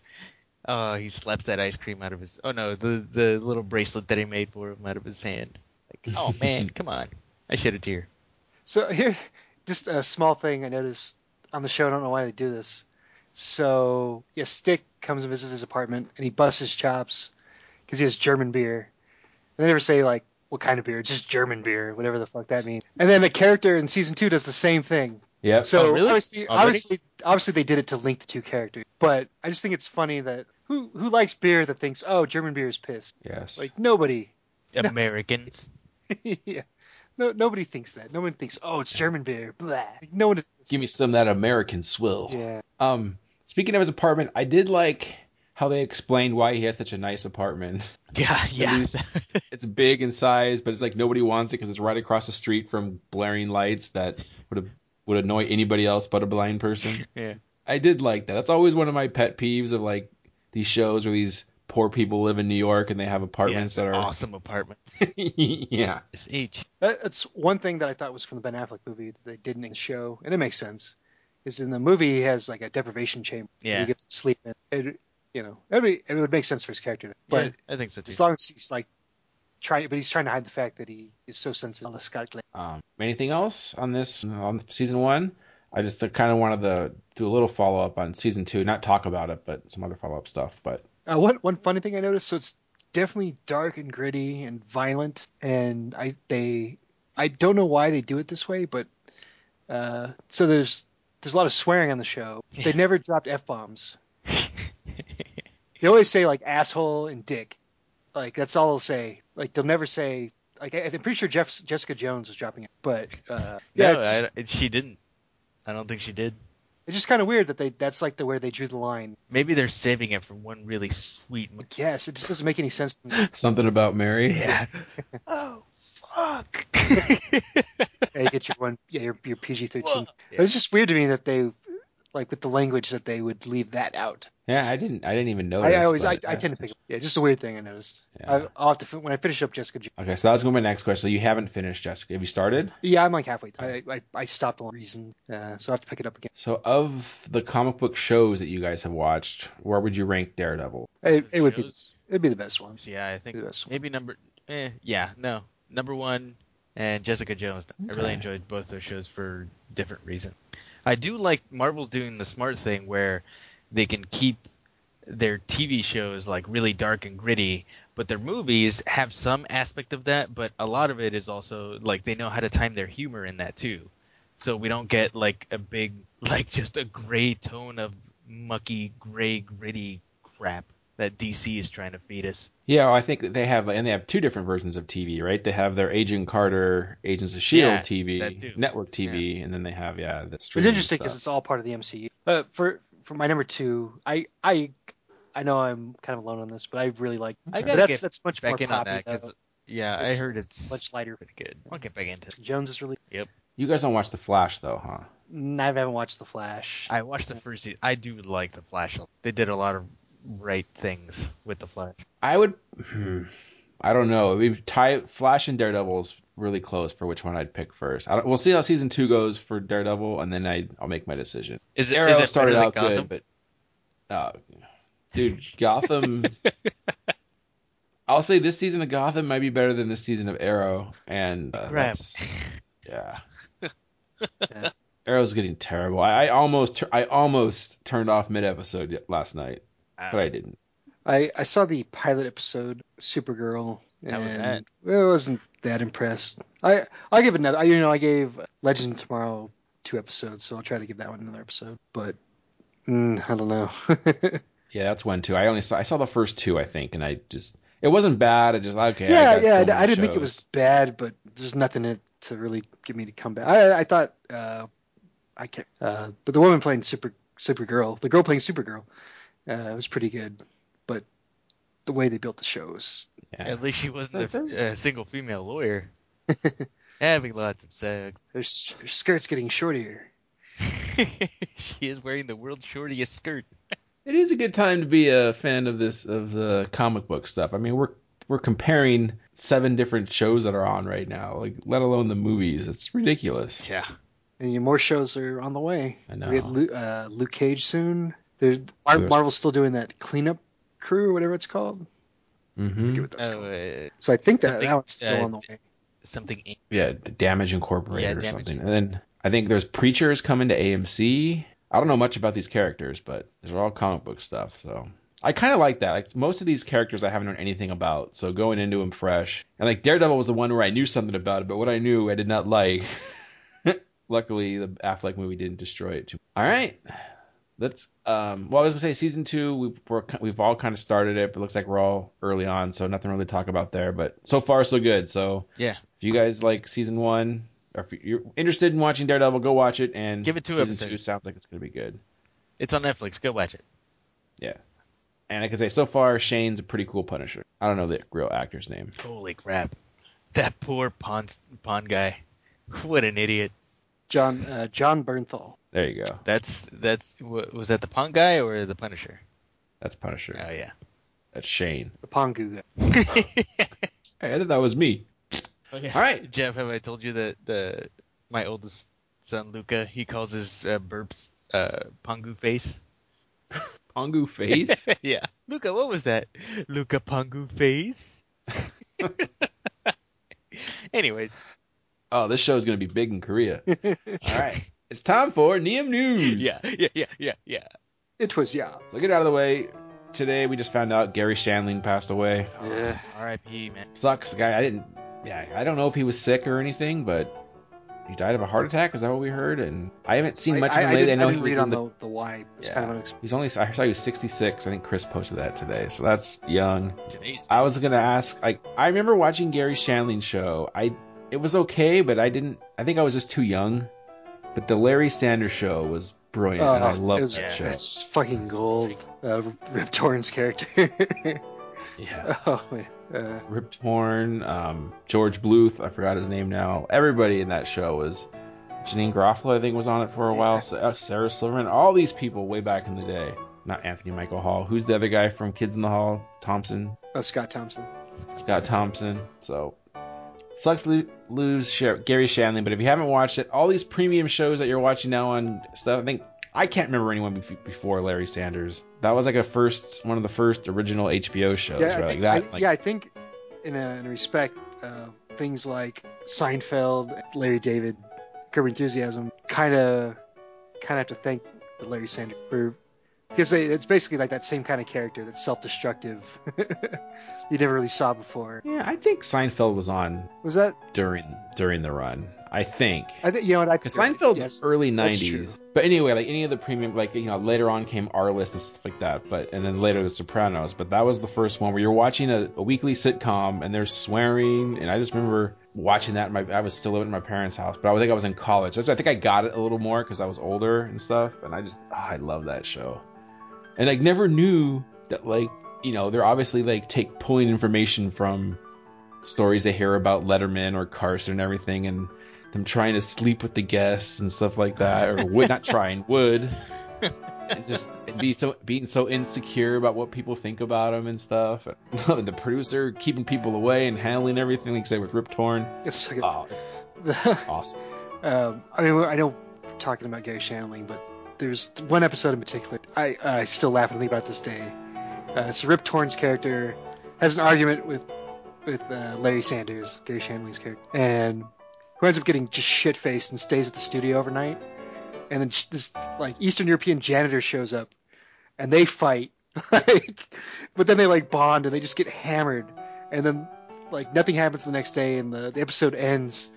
S3: Oh, he slaps that ice cream out of his. Oh no, the the little bracelet that he made for him out of his hand. Like,
S1: (laughs)
S3: oh man, come on! I shed a tear.
S4: So (laughs) here, just a small thing I noticed on the show. I don't know why they do this. So yeah, Stick comes and visits his apartment, and he busts his chops because he has German beer. And they never say like what kind of beer, just German beer, whatever the fuck that means. And then the character in season two does the same thing.
S1: Yep.
S4: So
S3: Oh, really?
S4: obviously,
S3: Already?
S4: obviously, obviously, they did it to link the two characters. But I just think it's funny that who who likes beer that thinks, oh, German beer is piss.
S1: yes.
S4: Like nobody. (laughs)
S3: Americans.
S4: yeah. No, nobody thinks that. No one thinks, oh, it's German beer. Blah. Like, no one is.
S1: Give me some of that American swill.
S4: Yeah.
S1: Um, speaking of his apartment, I did like how they explained why he has such a nice apartment.
S3: (laughs)
S1: (laughs)
S3: Yeah, (laughs) yeah.
S1: least- it's big in size, but it's like nobody wants it because it's right across the street from blaring lights that would have would annoy anybody else but a blind person.
S3: (laughs) Yeah.
S1: I did like that. That's always one of my pet peeves of like these shows where these poor people live in New York and they have apartments that are (laughs)
S3: awesome apartments.
S1: yeah.
S3: It's each.
S4: That, that's one thing that I thought was from the Ben Affleck movie that they didn't show, and it makes sense. Is in the movie he has like a deprivation chamber. where
S3: Yeah.
S4: He gets to sleep in. It, you know, it would, it would make sense for his character, but
S3: Yeah, I think so too.
S4: as long as he's like trying, but he's trying to hide the fact that he is so sensitive. to Scott Glenn.
S1: Um, anything else on this on season one? I just kind of wanted to do a little follow up on season two, not talk about it, but some other follow up stuff. But
S4: Uh, one one funny thing I noticed, so it's definitely dark and gritty and violent, and I they I don't know why they do it this way, but uh, so there's there's a lot of swearing on the show. They never dropped f bombs. they always say like asshole and dick, like that's all they'll say. Like they'll never say like I, I'm pretty sure Jeff, Jessica Jones was dropping it, but uh, yeah,
S3: no,
S4: it's just,
S3: I don't- she didn't. I don't think she did.
S4: it's just kind of weird that they that's like the where they drew the line.
S3: Maybe they're saving it for one
S4: (laughs)
S3: really sweet. mo-
S4: Yes, it just doesn't make any sense. To me.
S1: (laughs) something about Mary,
S3: Yeah. (laughs) oh
S4: (laughs)
S3: fuck.
S4: yeah, you get your one, yeah, your, your PG thirteen.
S3: Yeah.
S4: It's just weird to me that they, like with the language, that they would leave that out.
S1: yeah, I didn't, I didn't even
S4: I,
S3: Oh,
S1: notice.
S4: I always, I,
S1: but-
S4: I tend to pick. Yeah, just a weird thing I noticed.
S1: Yeah.
S4: I, I'll have to fin- when I finish up Jessica. Jo-
S1: Okay, so that was going to be my next question. So you haven't finished, Jessica. Have you started?
S4: Yeah, I'm like halfway. I I, I stopped on reason, uh, so I have to pick it up again.
S1: So of the comic book shows that you guys have watched, where would you rank Daredevil?
S4: It, it would be
S3: Shows?
S4: it'd be the best one.
S3: Yeah, I think
S4: Maybe that's-
S3: maybe number. Eh, yeah, no, number one and Jessica Jones. I really
S1: Okay.
S3: enjoyed both those shows for different reasons. I do like Marvel's doing the smart thing where they can keep their TV shows like really dark and gritty, but their movies have some aspect of that. But a lot of it is also like they know how to time their humor in that too, so we don't get like a big (laughs) like just a gray tone of mucky gray gritty crap that DC is trying to feed us.
S1: Yeah, well, I think that they have, and they have two different versions of TV, right? They have their Agent Carter, Agents of Shield
S3: Yeah, that too.
S1: TV, network TV, and then they have yeah, the
S4: It's
S1: streaming
S4: interesting because
S1: stuff.
S4: it's all part of the MCU. Uh, for for my number two, I I I know I'm kind of alone on this, but I really like.
S3: I
S4: but
S3: gotta
S4: that's
S3: get
S4: that's much more
S3: back in on
S4: popular.
S3: that because yeah, I
S4: It's
S3: heard it's
S4: much lighter.
S3: pretty good. I'll get back into. it.
S4: Jones is really.
S1: You guys don't watch The Flash though, huh?
S4: I haven't watched The Flash.
S3: I watched the first season. I do like the Flash. They did a lot of right things with the Flash.
S1: I would. Hmm, I don't know. We tie Flash and Daredevil's really close for which one I'd pick first. I don't, we'll see how season two goes for Daredevil, and then I, I'll make my decision.
S3: Is it,
S1: Arrow
S3: is it
S1: started
S3: better
S1: out
S3: than Gotham?
S1: good, but uh,
S3: (laughs)
S1: dude, Gotham. I'll say this season of Gotham might be better than this season of Arrow, and uh,
S3: Crap.
S1: that's-
S3: (laughs)
S1: yeah. Arrow's getting terrible. I, I almost tur- I almost turned off mid episode last night,
S3: Uh,
S1: but I didn't.
S4: I, I saw the pilot episode, Supergirl.
S3: How was
S4: and
S3: that?
S4: I wasn't that impressed. I I'll give it another. I, you know, I gave Legend of Tomorrow two episodes, so I'll try to give that one another episode. But mm, I don't know. (laughs)
S1: Yeah, that's one too. I only saw I saw the first two, I think, and I just it wasn't bad. I just okay. I
S4: yeah,
S1: got
S4: yeah.
S1: so
S4: I,
S1: many
S4: I didn't think it
S1: shows.
S4: was bad, but there's nothing in it to really get me to come back. I I thought uh, I can't. Uh, but the woman playing Super Supergirl, the girl playing Supergirl, uh, was pretty good. But the way they built the shows,
S1: Yeah.
S3: At least she wasn't
S1: Is that
S3: a, a single female
S1: (laughs)
S3: lawyer. Having lots of sex. (laughs)
S4: her, s- her skirt's getting shorter.
S3: she is wearing the world's shortest skirt.
S1: It is a good time to be a fan of this of the comic book stuff. I mean, we're we're comparing seven different shows that are on right now, like let alone the movies. It's ridiculous.
S3: Yeah.
S4: And you know, more shows are on the way.
S1: I know.
S4: We had Lu- uh, Luke Cage soon. There's Mar-
S1: Good.
S4: Marvel's still doing that cleanup crew or whatever it's called.
S1: hmm
S4: Forget what that's
S3: Oh,
S4: called.
S3: uh,
S4: So I think that
S3: something,
S4: that one's still
S3: uh,
S4: on the way.
S3: something. Inc.
S1: Yeah, the Damage Incorporated
S3: Yeah,
S1: or
S3: Damage.
S1: something. And then I think there's Preachers coming to AMC. I don't know much about these characters, but these are all comic book stuff. So I kind of like that. Like most of these characters, I haven't known anything about. So going into them fresh, and like Daredevil was the one where I knew something about it, but what I knew, I did not like. (laughs) Luckily, the Affleck movie didn't destroy it too. All right, let's. Um, well, I was gonna say season two. We we're, we've all kind of started it, but it looks like we're all early on, so nothing really to talk about there. But so far, so good. So
S3: Yeah.
S1: if you guys like season one, or if you're interested in watching Daredevil, go watch it. And
S3: Give it two
S1: season
S3: episodes.
S1: two sounds like it's going to be good.
S3: It's on Netflix. Go watch it.
S1: Yeah. And I can say so far, Shane's a pretty cool Punisher. I don't know the real actor's name.
S3: Holy crap. That poor pond, pond guy. (laughs) What an idiot.
S4: John uh, John Bernthal.
S1: There you go.
S3: That's, that's, wa- was that the pond guy or the Punisher?
S1: That's Punisher.
S3: Oh, yeah.
S1: That's Shane.
S4: The Pongu guy.
S1: Hey, I thought that was me.
S3: Oh, yeah.
S1: All right.
S3: Jeff, have I told you that the, my oldest son, Luca, he calls his uh, burps, uh, Pongu face?
S1: Pongu face.
S3: (laughs) yeah. Luca, what was that? Luca Pongu face? (laughs) Anyways,
S1: oh, this show's going to be big in
S3: (laughs)
S1: Korea. All right. It's time for Neum News.
S3: yeah, yeah, yeah, yeah, yeah.
S4: It was yeah.
S1: So get out of the way. Today we just found out Gary Shandling passed away.
S4: Yeah.
S3: R.I.P. Man.
S1: sucks guy i didn't yeah i don't know if he was sick or anything but he died of a heart attack is that what we heard and i haven't seen
S4: I-
S1: much of
S4: I, I
S1: him lately i
S4: didn't-
S1: know
S4: I
S1: he
S4: didn't
S1: was
S4: read
S1: in
S4: on
S1: the,
S4: the, the why. It's
S1: Yeah.
S4: kind of unexpected.
S1: he's only i saw he was 66 i think chris posted that today so that's young
S3: Today's
S1: i was gonna ask like i remember watching gary shanling's show i it was okay but i didn't i think i was just too young but the larry sanders show was brilliant and i
S4: Oh, uh, it
S1: loved
S4: was,
S1: that show
S4: It's fucking gold. Uh, Rip Torn's character. (laughs)
S1: yeah
S4: oh man. Uh,
S1: Rip Torn, um, George Bluth, I forgot his name now. Everybody in that show was Janine Garofalo, I think, was on it for a while. Sa- uh, Sarah Silverman, all these people way back in the day. Not Anthony Michael Hall. Who's the other guy from Kids in the Hall? Thompson,
S4: oh, Scott Thompson.
S1: Scott Thompson. So sucks lo- lose Sher- Gary Shanley. But if you haven't watched it, all these premium shows that you're watching now on stuff, I think I can't remember anyone bef- before Larry Sanders. That was like a first one of the first original HBO shows.
S4: yeah,
S1: right?
S4: I
S1: Like
S4: think,
S1: that.
S4: I,
S1: like-
S4: yeah, I think in a, in a respect, uh, things like Seinfeld, Larry David, Curb Your Enthusiasm, kind of, kind of have to thank the Larry Sanders for because they, it's basically like that same kind of character that's self-destructive (laughs) you never really saw before.
S1: Yeah, I think Seinfeld was on
S4: Was that?
S1: during during the run. I think
S4: I think you know what I.
S1: because Seinfeld's
S4: Yes.
S1: early
S4: that's
S1: '90s. But anyway, like any of the premium, like you know, later on came R List and stuff like that. But and then later The Sopranos. But that was the first one where you're watching a, a weekly sitcom and they're swearing. And I just remember watching that. In my I was still living at my parents' house, but I think I was in college. That's I think I got it a little more because I was older and stuff. And I just ah, I love that show. And like never knew that like you know they're obviously like take pulling information from stories they hear about Letterman or Carson and everything, and them trying to sleep with the guests and stuff like that, or would not trying would And just be so being so insecure about what people think about him and stuff. And (laughs) the producer keeping people away and handling everything, like say with Rip Torn.
S4: It's like
S1: Oh, it's
S4: it's-
S1: awesome.
S4: Um, I mean, I know we're talking about Gary Shandling, but there's one episode in particular I I still laugh and think about this day. Uh, it's Rip Torn's character has an argument with with uh, Larry Sanders, Gary Shandling's character, and who ends up getting just shit faced and stays at the studio overnight. And then sh- this like Eastern European janitor shows up, and they fight. (laughs) Like, but then they like bond and they just get hammered, and then like nothing happens the next day, and the, the episode ends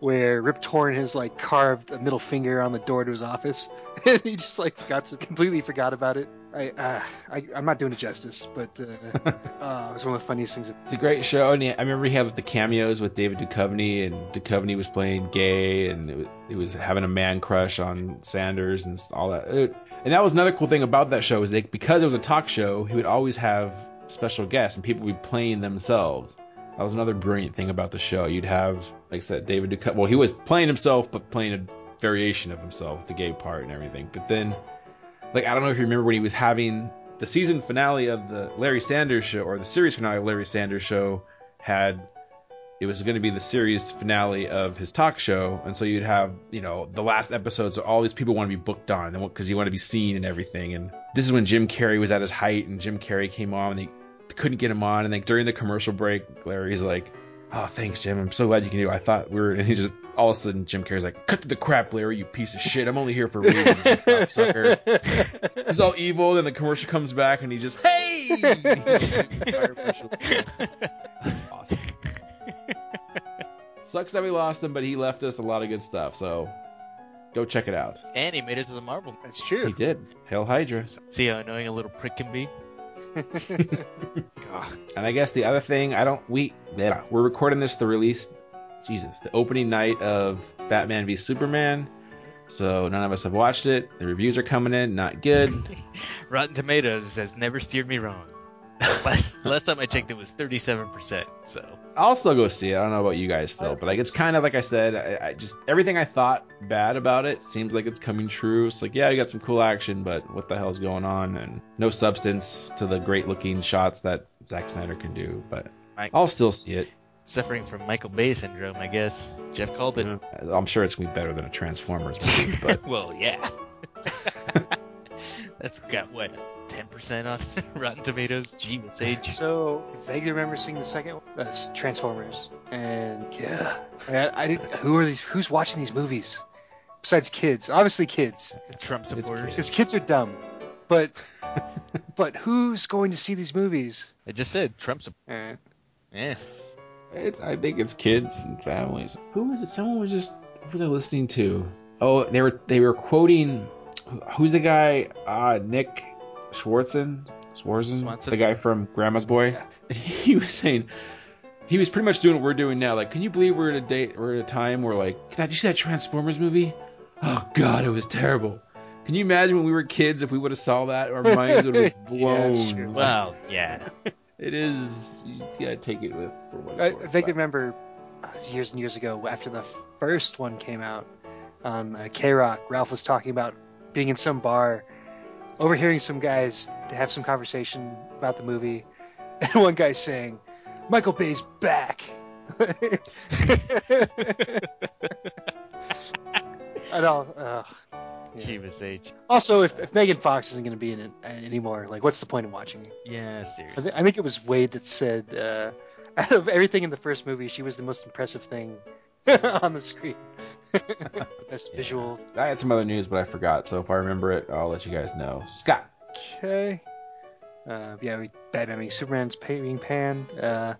S4: where Rip Torn has like carved a middle finger on the door to his office, (laughs) and he just like forgot to, completely forgot about it. I, uh, I I'm not doing it justice, but uh, uh, it was one of the funniest things.
S1: It's a great show, and yeah, I remember he had the cameos with David Duchovny, and Duchovny was playing gay, and it was, it was having a man crush on Sanders and all that. It- and that was another cool thing about that show is that because it was a talk show, he would always have special guests, and people would be playing themselves. That was another brilliant thing about the show. You'd have, like I said, David Duchovny. Well, he was playing himself, but playing a variation of himself, the gay part and everything. But then, like, I don't know if you remember when he was having the season finale of the Larry Sanders show or the series finale of Larry Sanders show had it was going to be the series finale of his talk show, and so you'd have you know the last episodes. So all these people want to be booked on, and because you want to be seen and everything. And this is when Jim Carrey was at his height, and Jim Carrey came on, and they couldn't get him on. And like during the commercial break, Larry's like, "Oh, thanks, Jim. I'm so glad you can do. It. I thought we were." And he just all of a sudden, Jim Carrey's like, "Cut to the crap, Larry. You piece of shit. I'm only here for ratings, you cocksucker." He's all evil. Then the commercial comes back, and he just, (laughs) "Hey!" awesome. Sucks that we lost him, but he left us a lot of good stuff. So go check it out.
S3: and he made it to the Marvel.
S4: That's
S1: He
S4: true.
S1: did. Hail Hydra.
S3: See how annoying a little prick can be. God.
S1: And I guess the other thing, I don't we yeah, we're recording this the release Jesus, the opening night of Batman v Superman. So none of us have watched it. The reviews are coming in, not good.
S3: Rotten Tomatoes has never steered me wrong. (laughs) last last time I checked, it was thirty-seven percent. So
S1: I'll still go see it. I don't know about you guys, Phil, but like it's kind of like I said, I, I just everything I thought bad about it seems like it's coming true. It's like, yeah, you got some cool action, but what the hell's going on? And no substance to the great looking shots that Zack Snyder can do. But
S3: Right.
S1: I'll still see it.
S3: suffering from Michael Bay syndrome, I guess. Jeff called it.
S1: I'm sure it's gonna be better than a Transformers movie, but
S3: (laughs) Well, yeah. That's got what ten percent on (laughs) Rotten Tomatoes. Gee, Miss Age.
S4: So I vaguely remember seeing the second one. That's Transformers. And yeah, I, I did, who are these? Who's watching these movies? Besides kids, obviously kids,
S3: Trump supporters.
S4: because kids are dumb. But but who's going to see these movies?
S3: I just said Trump supporters.
S4: Eh,
S3: Yeah.
S1: It, I think it's kids and families. Who was it? Someone was just. Who was I listening to? Oh, they were they were quoting. Who's the guy? Uh, Nick Schwartzen. Schwarzen.
S3: Swanson.
S1: The guy from Grandma's Boy. (laughs) He was saying. He was pretty much doing what we're doing now. Like, can you believe we're at a date? We're at a time where like, did you see that Transformers movie? Oh God, it was terrible. Can you imagine when we were kids if we would have saw that? Our minds would
S4: (laughs)
S1: have been
S4: Yeah,
S1: blown.
S4: that's true.
S3: Well, yeah.
S1: it is. You gotta take it with. For what it's
S4: I, I
S1: worth,
S4: vaguely
S1: but-
S4: remember uh, it was years and years ago after the first one came out on uh, K Rock, Ralph was talking about being in some bar, overhearing some guys to have some conversation about the movie, (laughs) and one guy saying, "Michael Bay's back." (laughs) I don't. Uh, Yeah.
S3: Gee, Miss Age.
S4: also, if, if Megan Fox isn't going to be in it uh, anymore, like, what's the point of watching? it?
S3: Yeah,
S4: I,
S3: seriously.
S4: th- I think it was Wade that said, uh, (laughs) out of everything in the first movie, she was the most impressive thing (laughs) on the screen. (laughs) Best visual.
S1: I had some other news, but I forgot. So if I remember it, I'll let you guys know. Scott,
S4: Okay. Uh, yeah, we, Batman being Superman's pa- being panned. Uh,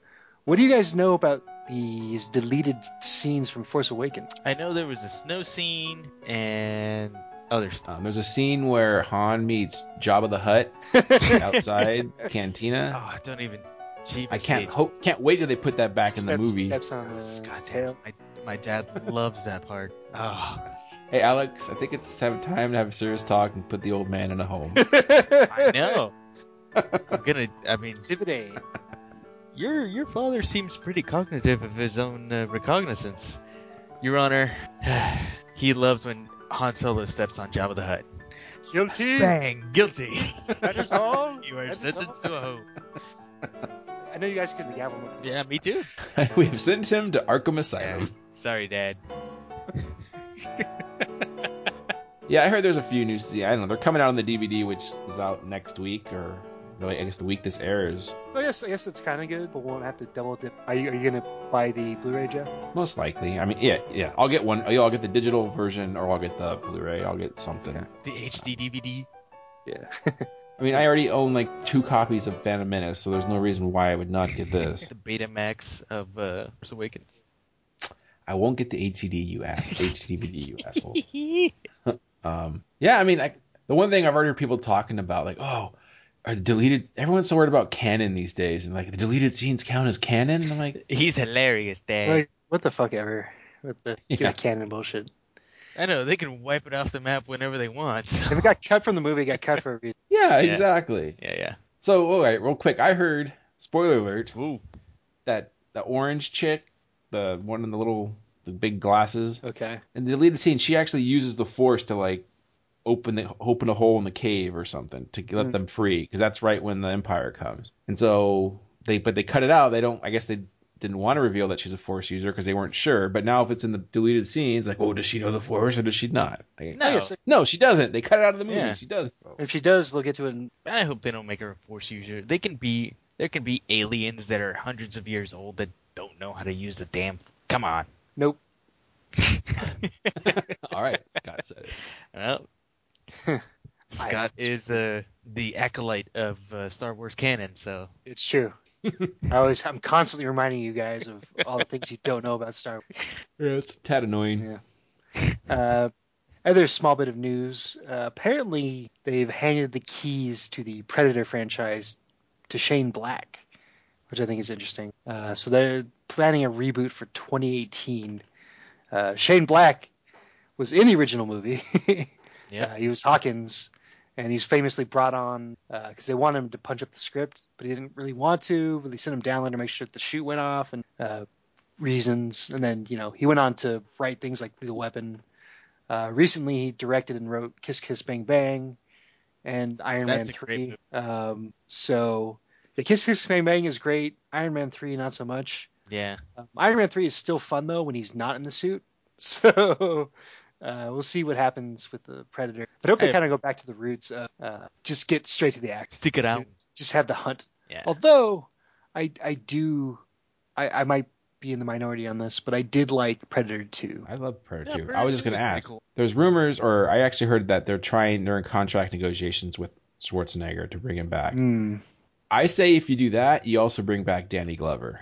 S4: what do you guys know about these deleted scenes from Force Awakens?
S3: I know there was a snow scene and other stuff.
S1: um, there's a scene where Han meets Jabba the Hutt (laughs) outside Cantina.
S3: (laughs) Oh, don't even. Gee,
S1: I
S3: Miss
S1: can't
S3: Age.
S1: hope, can't wait till they put that back in the
S4: Steps-
S1: movie.
S4: Steps on the
S3: God damn,
S4: (laughs) tail.
S3: my, my dad loves that part. Oh,
S1: Hey Alex, I think it's have time to have a serious talk and put the old man in a home. (laughs)
S3: I know. I'm gonna. I mean,
S4: Exhibit A.
S3: your your father seems pretty cognitive of his own uh, recognizance, Your Honor. (sighs) he loves when Han Solo steps on Jabba the Hutt.
S2: Guilty?
S3: Bang, guilty.
S2: That
S3: (laughs)
S2: is all?
S3: you are
S4: That's
S3: sentenced to a home.
S4: I know you guys couldn't gavel him.
S3: Yeah, me too.
S1: we have sent him to Arkham Asylum.
S3: Sorry, Dad.
S1: Yeah, I heard there's a few news. Yeah, I don't know. They're coming out on the DVD, which is out next week, or no, I guess the week this airs,
S4: I guess Oh, I guess it's kind of good, but won't have to double dip. Are you are you gonna buy the Blu-ray, Jeff?
S1: most likely. I mean, yeah, yeah. I'll get one. I'll get the digital version, or I'll get the Blu-ray. I'll get something.
S3: The HD DVD.
S4: Yeah. (laughs)
S1: I mean, I already own like two copies of Phantom Menace, so there's no reason why I would not get this.
S3: The Betamax of uh, Force Awakens.
S1: I won't get the HDD, you ass. HDVD, you asshole. um, yeah, I mean, I, the one thing I've already heard people talking about, like, oh, are deleted. Everyone's so worried about canon these days, and like the deleted scenes count as canon. I'm like,
S3: He's hilarious, Dad.
S4: Like, what the fuck ever with (laughs) the
S1: (laughs) Yeah.
S4: that canon bullshit.
S3: I know they can wipe it off the map whenever they want.
S4: If
S3: so-
S4: it got cut from the movie, it got cut for a reason.
S1: yeah, exactly.
S3: yeah, yeah.
S1: So, all right, real quick, I heard spoiler alert
S3: Ooh.
S1: that the orange chick, the one in the little the big glasses.
S4: (laughs) Okay.
S1: In the deleted scene, she actually uses the force to like open the open a hole in the cave or something to let them free because that's right when the Empire comes. And so they, but they cut it out. They don't. I guess they didn't want to reveal that she's a force user because they weren't sure. But now if it's in the deleted scenes, like, oh, does she know the force or does she not? Like,
S3: No.
S4: yes,
S1: no, she doesn't. They cut it out of the movie.
S3: Yeah.
S1: She
S3: (laughs)
S1: does.
S4: If she does, they'll get to it. In,
S3: I hope they don't make her a force user. They can be there can be aliens that are hundreds of years old that don't know how to use the damn. Come on.
S4: nope.
S1: All right, Scott said it.
S3: Well, Scott is uh, the acolyte of uh, Star Wars canon, so
S4: It's (laughs) true. I always, I'm constantly reminding you guys of all the things you don't know about Star Wars.
S1: Yeah, it's a tad annoying.
S4: Yeah. Uh, other small bit of news. Uh, apparently, they've handed the keys to the Predator franchise to Shane Black, which I think is interesting. Uh, so they're planning a reboot for 2018. Uh, Shane Black was in the original movie. (laughs)
S3: yeah.
S4: Uh, he was Hawkins, and he's famously brought on because they wanted him to punch up the script, but he didn't really want to. But they sent him down there to make sure that the shoot went off and uh, reasons. And then you know he went on to write things like The Weapon. Uh, recently, he directed and wrote Kiss Kiss Bang Bang and Iron
S3: That's
S4: Man
S3: a great
S4: Three. Um, so the Kiss Kiss Bang Bang is great. Iron Man Three, not so much.
S3: yeah.
S4: Um, Iron Man 3 is still fun, though, when he's not in the suit. (laughs) So uh, we'll see what happens with the Predator. But I hope they
S3: Hey.
S4: kind of go back to the roots of uh, just get straight to the action.
S3: Stick it out.
S4: Just have the hunt.
S3: Yeah.
S4: Although, I, I do, I, I might be in the minority on this, but I did like Predator 2.
S1: I love Predator
S3: Yeah,
S1: 2. I
S3: Predator
S1: was just
S3: 2
S1: going to
S3: is pretty
S1: ask.
S3: cool.
S1: There's rumors, or I actually heard that they're trying, they're in contract negotiations with Schwarzenegger to bring him back.
S4: Hmm.
S1: I say if you do that, you also bring back Danny Glover.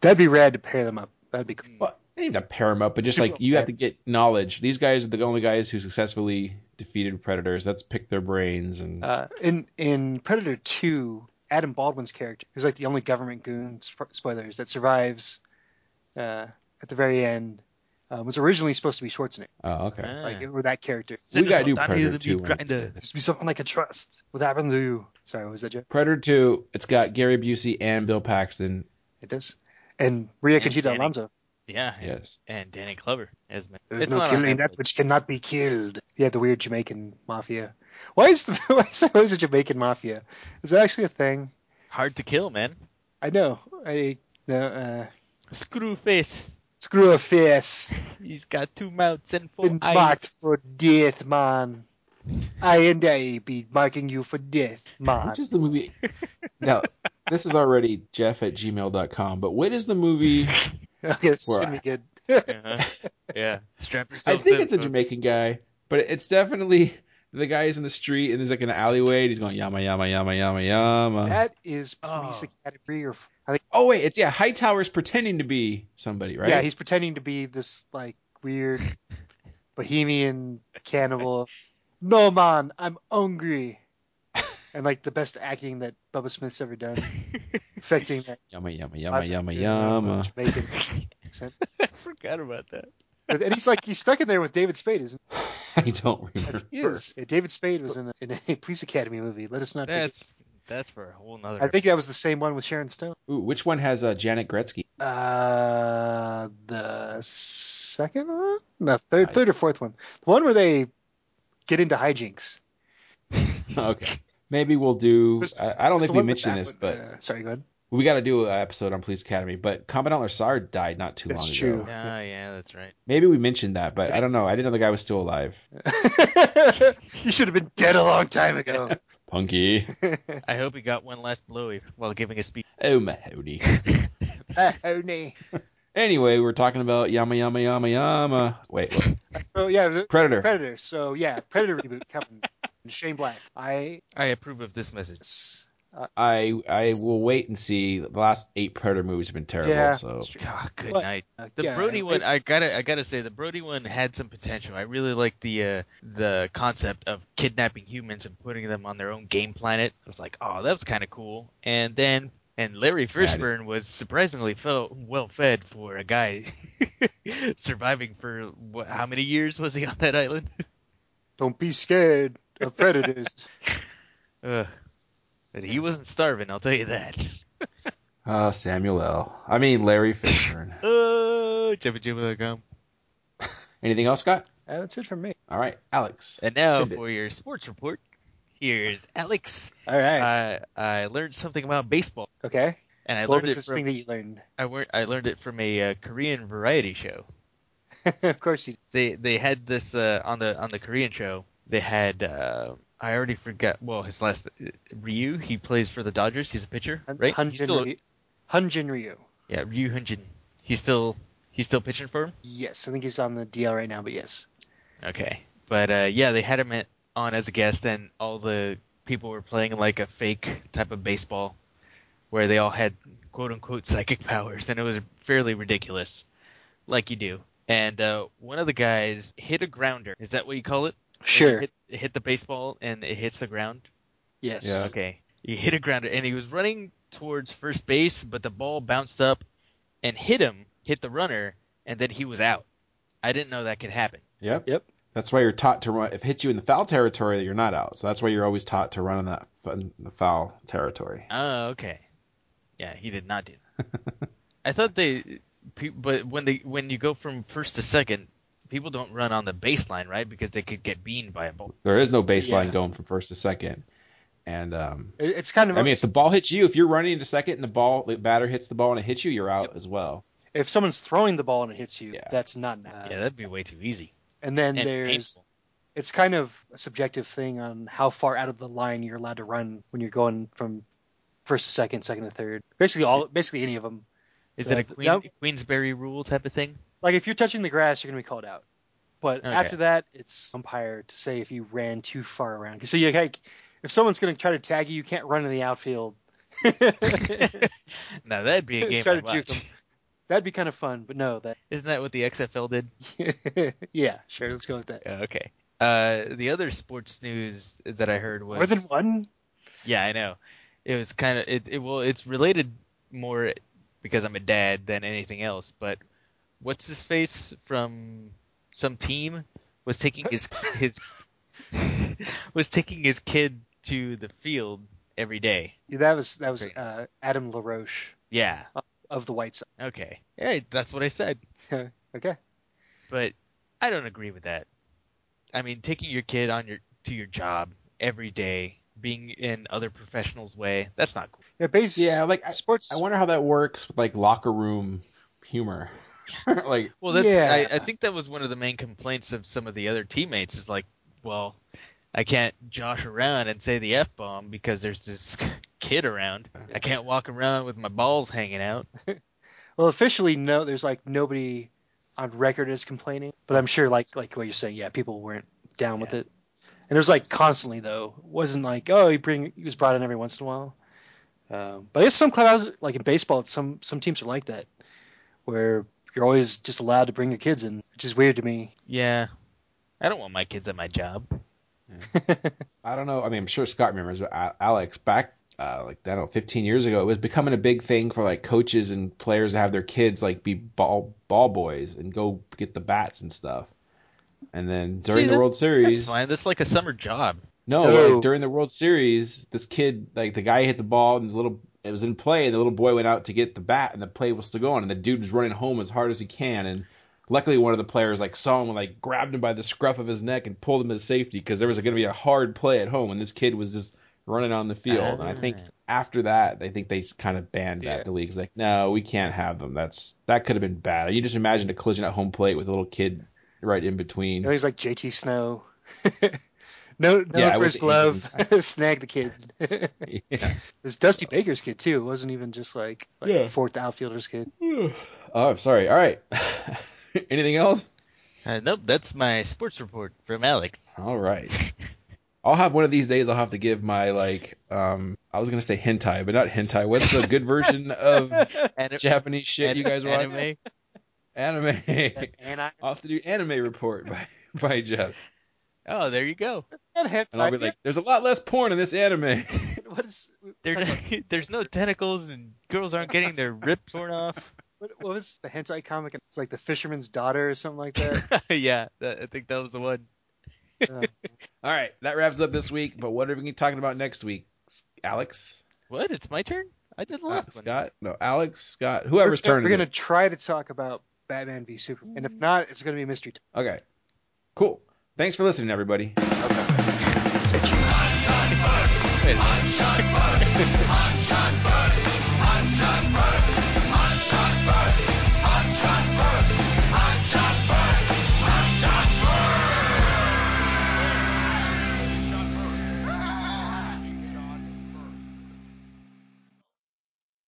S4: That'd be rad to pair them up. That'd be cool.
S1: Well, they need to pair him up, but just
S4: Super
S1: like you have
S4: rad.
S1: to get knowledge. These guys are the only guys who successfully defeated predators. Let's pick their brains and
S4: Uh, in in Predator Two, Adam Baldwin's character, who's like the only government goon sp- spoilers that survives uh, at the very end, um, was originally supposed to be Schwarzenegger,
S1: oh, okay.
S3: Ah. Hmm.
S4: like or that character. It
S1: We gotta do Predator 2 when it's
S3: Grinder.
S4: used to be something like a trust. What happened to you? Sorry, what was that joke?
S1: Predator 2, it's got Gary Busey and Bill Paxton.
S4: It does. And Maria
S3: And
S4: Conchita
S3: Danny.
S4: Alonso.
S3: Yeah,
S1: Yes.
S3: and Danny Glover as Ma-
S4: There's
S3: It's
S4: no
S3: not on
S4: killing that
S3: Netflix.
S4: which cannot be killed. Yeah, the weird Jamaican mafia. Why is the (laughs) why is there always a Jamaican mafia? Is that actually a thing?
S3: Hard to kill, man.
S4: I know. I no, uh,
S3: Screwface.
S4: screw a face.
S3: He's got two mouths and four
S4: been marked
S3: eyes.
S4: for death, man. I and I be marking you for death, man.
S1: Which is the
S4: (laughs)
S1: movie? now, this is already jeff at gmail.com, but what is the
S4: (laughs)
S1: movie?
S4: Okay, this is
S1: Where
S4: gonna be good.
S3: Uh-huh. yeah. Strap
S1: I
S3: yourself
S1: think
S3: in,
S1: it's a
S3: folks.
S1: Jamaican guy, but it's definitely the guy's in the street and there's like an alleyway and he's going yama yama yama yama yama.
S4: (laughs) (laughs) That is Police
S3: Oh.
S4: Academy, or I think.
S1: oh wait, it's yeah, Hightower's pretending to be somebody, right?
S4: Yeah, he's pretending to be this like weird bohemian cannibal. No, man, I'm hungry. And like the best acting that Bubba Smith's ever done, (laughs) affecting that
S1: yama yama yama
S4: classic
S1: yama (laughs) yama.
S4: Jamaican accent.
S3: (laughs) I forgot about that.
S4: And he's like he's stuck in there with David Spade, isn't
S1: I don't (laughs)
S4: he?
S1: remember.
S4: He is. Yeah, David Spade was in a, in a (laughs) Police Academy movie. Let us not forget
S3: That's that's for a whole nother.
S4: I think that was the same one with Sharon Stone.
S1: Ooh, which one has uh, Janet Gretzky? (laughs)
S4: Uh, the second one? No, third, third or fourth one. The one where they get into hijinks.
S1: okay, maybe we'll do. I, I don't think
S4: It's the
S1: we
S4: one with
S1: mentioned
S4: that
S1: this,
S4: one-
S1: but
S4: uh, sorry, go ahead.
S1: we got to do an episode on Police Academy. But Commandant Lassard died not too
S4: That's
S1: long
S4: true.
S1: ago.
S3: Ah, yeah, that's right.
S1: Maybe we mentioned that, but I don't know. I didn't know the guy was still alive.
S4: (laughs) you should have been dead a long
S1: (laughs)
S4: time ago. (laughs)
S1: Punky,
S3: I hope he got one last blowy while giving a speech.
S1: oh Mahoney.
S4: Mahoney.
S1: Anyway, we're talking about Yama Yama Yama Yama. Wait, what?
S4: So yeah, the
S1: Predator.
S4: Predator. So yeah, Predator reboot coming. Shane Black. I.
S3: I approve of this message.
S1: I I will wait and see. The last eight Predator movies have been terrible.
S4: Yeah.
S1: So
S3: God, good
S4: What?
S3: night.
S4: Uh,
S3: The
S4: yeah,
S3: Brody
S4: I-
S3: one, I gotta, I gotta say, the Brody one had some potential. I really liked the uh, the concept of kidnapping humans and putting them on their own game planet. I was like, oh, that was kind of cool. And then, and Larry Fishburne was surprisingly fel- well fed for a guy (laughs) surviving for what, how many years was he on that island? (laughs)
S4: Don't be scared of predators. (laughs)
S3: Ugh. But he wasn't starving, I'll tell you that.
S1: Uh, Samuel L. I mean (laughs) Larry Fishburne.
S3: Oh, Jibba Jibba Gum.
S1: Anything else, Scott?
S4: Uh, that's it from me.
S1: All right, Alex.
S3: And now
S1: Tidbits.
S3: for your sports report. Here's Alex.
S4: All right.
S3: I, I learned something about baseball,
S4: okay.
S3: and I
S4: What
S3: learned
S4: was
S3: it
S4: this
S3: from
S4: thing that you learned?
S3: I, weren't, I learned it from a uh, Korean variety show.
S4: (laughs) of course you.
S3: They they had this uh, on the on the Korean show. They had uh, I already forgot. Well, his last uh, Ryu. He plays for the Dodgers. He's a pitcher,
S4: Hun-
S3: right?
S4: Hunjin,
S3: He's still-
S4: Ryu. Hunjin Ryu.
S3: yeah, Ryu Hunjin. He's still he's still pitching for him.
S4: Yes, I think he's on the DL right now, but yes.
S3: Okay, but uh, yeah, they had him at, on as a guest, and all the people were playing like a fake type of baseball, where they all had quote unquote psychic powers, and it was fairly ridiculous, like you do. And uh, one of the guys hit a grounder. Is that what you call it?
S4: Sure.
S3: Hit, hit the baseball and it hits the ground.
S4: yes.
S1: Yeah.
S3: Okay. He hit a grounder and he was running towards first base, but the ball bounced up and hit him, hit the runner, and then he was out. I didn't know that could happen.
S1: Yep.
S4: Yep.
S1: That's why you're taught to run. If it hit you in the foul territory, that you're not out. So that's why you're always taught to run in that f- in the foul territory.
S3: Oh, okay. Yeah, he did not do that. I thought they, pe- but when they when you go from first to second, people don't run on the baseline, right? Because they could get beaned by a ball.
S1: There is no baseline
S4: Yeah.
S1: going from first to second. And um,
S4: It- It's kind of.
S1: I mean, if the ball hits you, if you're running into second and the ball the batter hits the ball and it hits you, you're out as well.
S4: if someone's throwing the ball and it hits you,
S1: Yeah.
S4: that's not an out.
S3: Yeah, that'd be way too easy.
S4: Uh, And then
S3: And
S4: there's.
S3: painful.
S4: It's kind of a subjective thing on how far out of the line you're allowed to run when you're going from first to second, second to third. Basically, all basically any of them.
S3: Is it a
S4: that-
S3: Queen,
S4: that-
S3: Queensberry rule type of
S4: (laughs)
S3: thing?
S4: Like if you're touching the grass, you're going to be called out. But
S3: Okay.
S4: after that, it's umpire to say if you ran too far around. So you like, if someone's going to try to tag you, you can't run in the outfield.
S3: Now that'd be a game.
S4: Try
S3: I'd
S4: to juke
S3: watch.
S4: 'em. That'd be kind of fun, but no, that (laughs)
S3: Isn't that what the XFL did?
S4: yeah, sure, let's go with that.
S3: Yeah, okay. Uh, the other sports news that I heard was
S4: More than one?
S3: Yeah, I know. It was kind of it, it. Well, it's related more because I'm a dad than anything else. But what's his face from some team was taking his his (laughs) was taking his kid to the field every day.
S4: Yeah, that was that was
S3: Great.
S4: uh, Adam LaRoche
S3: Yeah.
S4: of the White Sox.
S3: Okay. Yeah, that's what I said.
S4: okay.
S3: But I don't agree with that. I mean, taking your kid on your to your job every day, being in other professionals' way, that's not cool.
S4: Yeah, base.
S1: Yeah, like I,
S4: sports.
S1: I wonder how that works with like locker room humor. (laughs) like
S3: Well, that's
S4: Yeah.
S3: I, I think that was one of the main complaints of some of the other teammates is like, well, I can't josh around and say the f bomb because there's this (laughs) kid around. I can't walk around with my balls hanging out.
S4: well, officially, no. There's like nobody on record is complaining, but I'm sure, like like what you're saying, yeah, people weren't down with it. And there's like constantly though, It wasn't like oh he bring he was brought in every once in a while. Um, but it's some clubs like in baseball, it's some some teams are like that, where you're always just allowed to bring your kids in, which is weird to me.
S3: Yeah, I don't want my kids at my job.
S1: I don't know. I mean, I'm sure Scott remembers, but A- Alex back uh, like I don't know, 15 years ago, it was becoming a big thing for like coaches and players to have their kids like be ball ball boys and go get the bats and stuff. And then during
S3: See,
S1: the
S3: that-
S1: World Series,
S3: That's fine. That's like a summer job.
S1: no,
S4: No.
S1: like during the World Series, this kid, like the guy hit the ball and the little it was in play, and the little boy went out to get the bat, and the play was still going, and the dude was running home as hard as he can, and luckily one of the players like saw him and like grabbed him by the scruff of his neck and pulled him to safety because there was going to be a hard play at home, and this kid was just running on the field, and I think
S3: Ah.
S1: after that, I think they kind of banned that
S3: Yeah.
S1: the league's like, no, we can't have them. That's that could have been bad. You just imagine a collision at home plate with a little kid right in between.
S4: You know, he's like JT Snow. (laughs) no, no
S1: Yeah, I
S4: for
S1: was
S4: his glove. (laughs) Snag the kid.
S1: (laughs) Yeah.
S4: This Dusty Baker's kid too. It wasn't even just like, like
S1: Yeah.
S4: fourth outfielder's kid.
S1: oh, I'm sorry. All right. (laughs) Anything else?
S3: Uh, nope, that's my sports report from (laughs) Alex.
S1: All right. I'll have one of these days. I'll have to give my like. Um, I was gonna say hentai, but not hentai. What's the good version of
S3: (laughs) Ani-
S1: Japanese shit
S3: ani-
S1: you guys watch? Anime.
S3: anime?
S4: And I
S1: (laughs) I'll have to do anime report by (laughs) by Jeff,
S3: Oh, there you go.
S4: had head
S1: and I'll be like, "There's a lot less porn in this anime."
S4: (laughs)
S1: (laughs)
S4: what is
S3: There- (laughs)
S4: what,
S3: there's no tentacles and girls aren't getting their ribs torn off.
S4: what was the hentai comic? It's like the fisherman's daughter or something like that.
S3: (laughs)
S1: (laughs)
S3: yeah, that, I think that was the one.
S1: All right, that wraps up this week. But what are we gonna be talking about next week, Alex?
S3: What? It's my turn? I I did the
S1: Uh,
S3: last one.
S1: Scott, no, Alex, Scott, whoever's
S4: we're,
S1: turn.
S4: We're
S1: it is.
S4: gonna try to talk about Batman v Superman, and if not, it's gonna be mystery. Time.
S1: Okay. Cool. Thanks for listening, everybody.
S5: Okay.
S3: Wait a minute.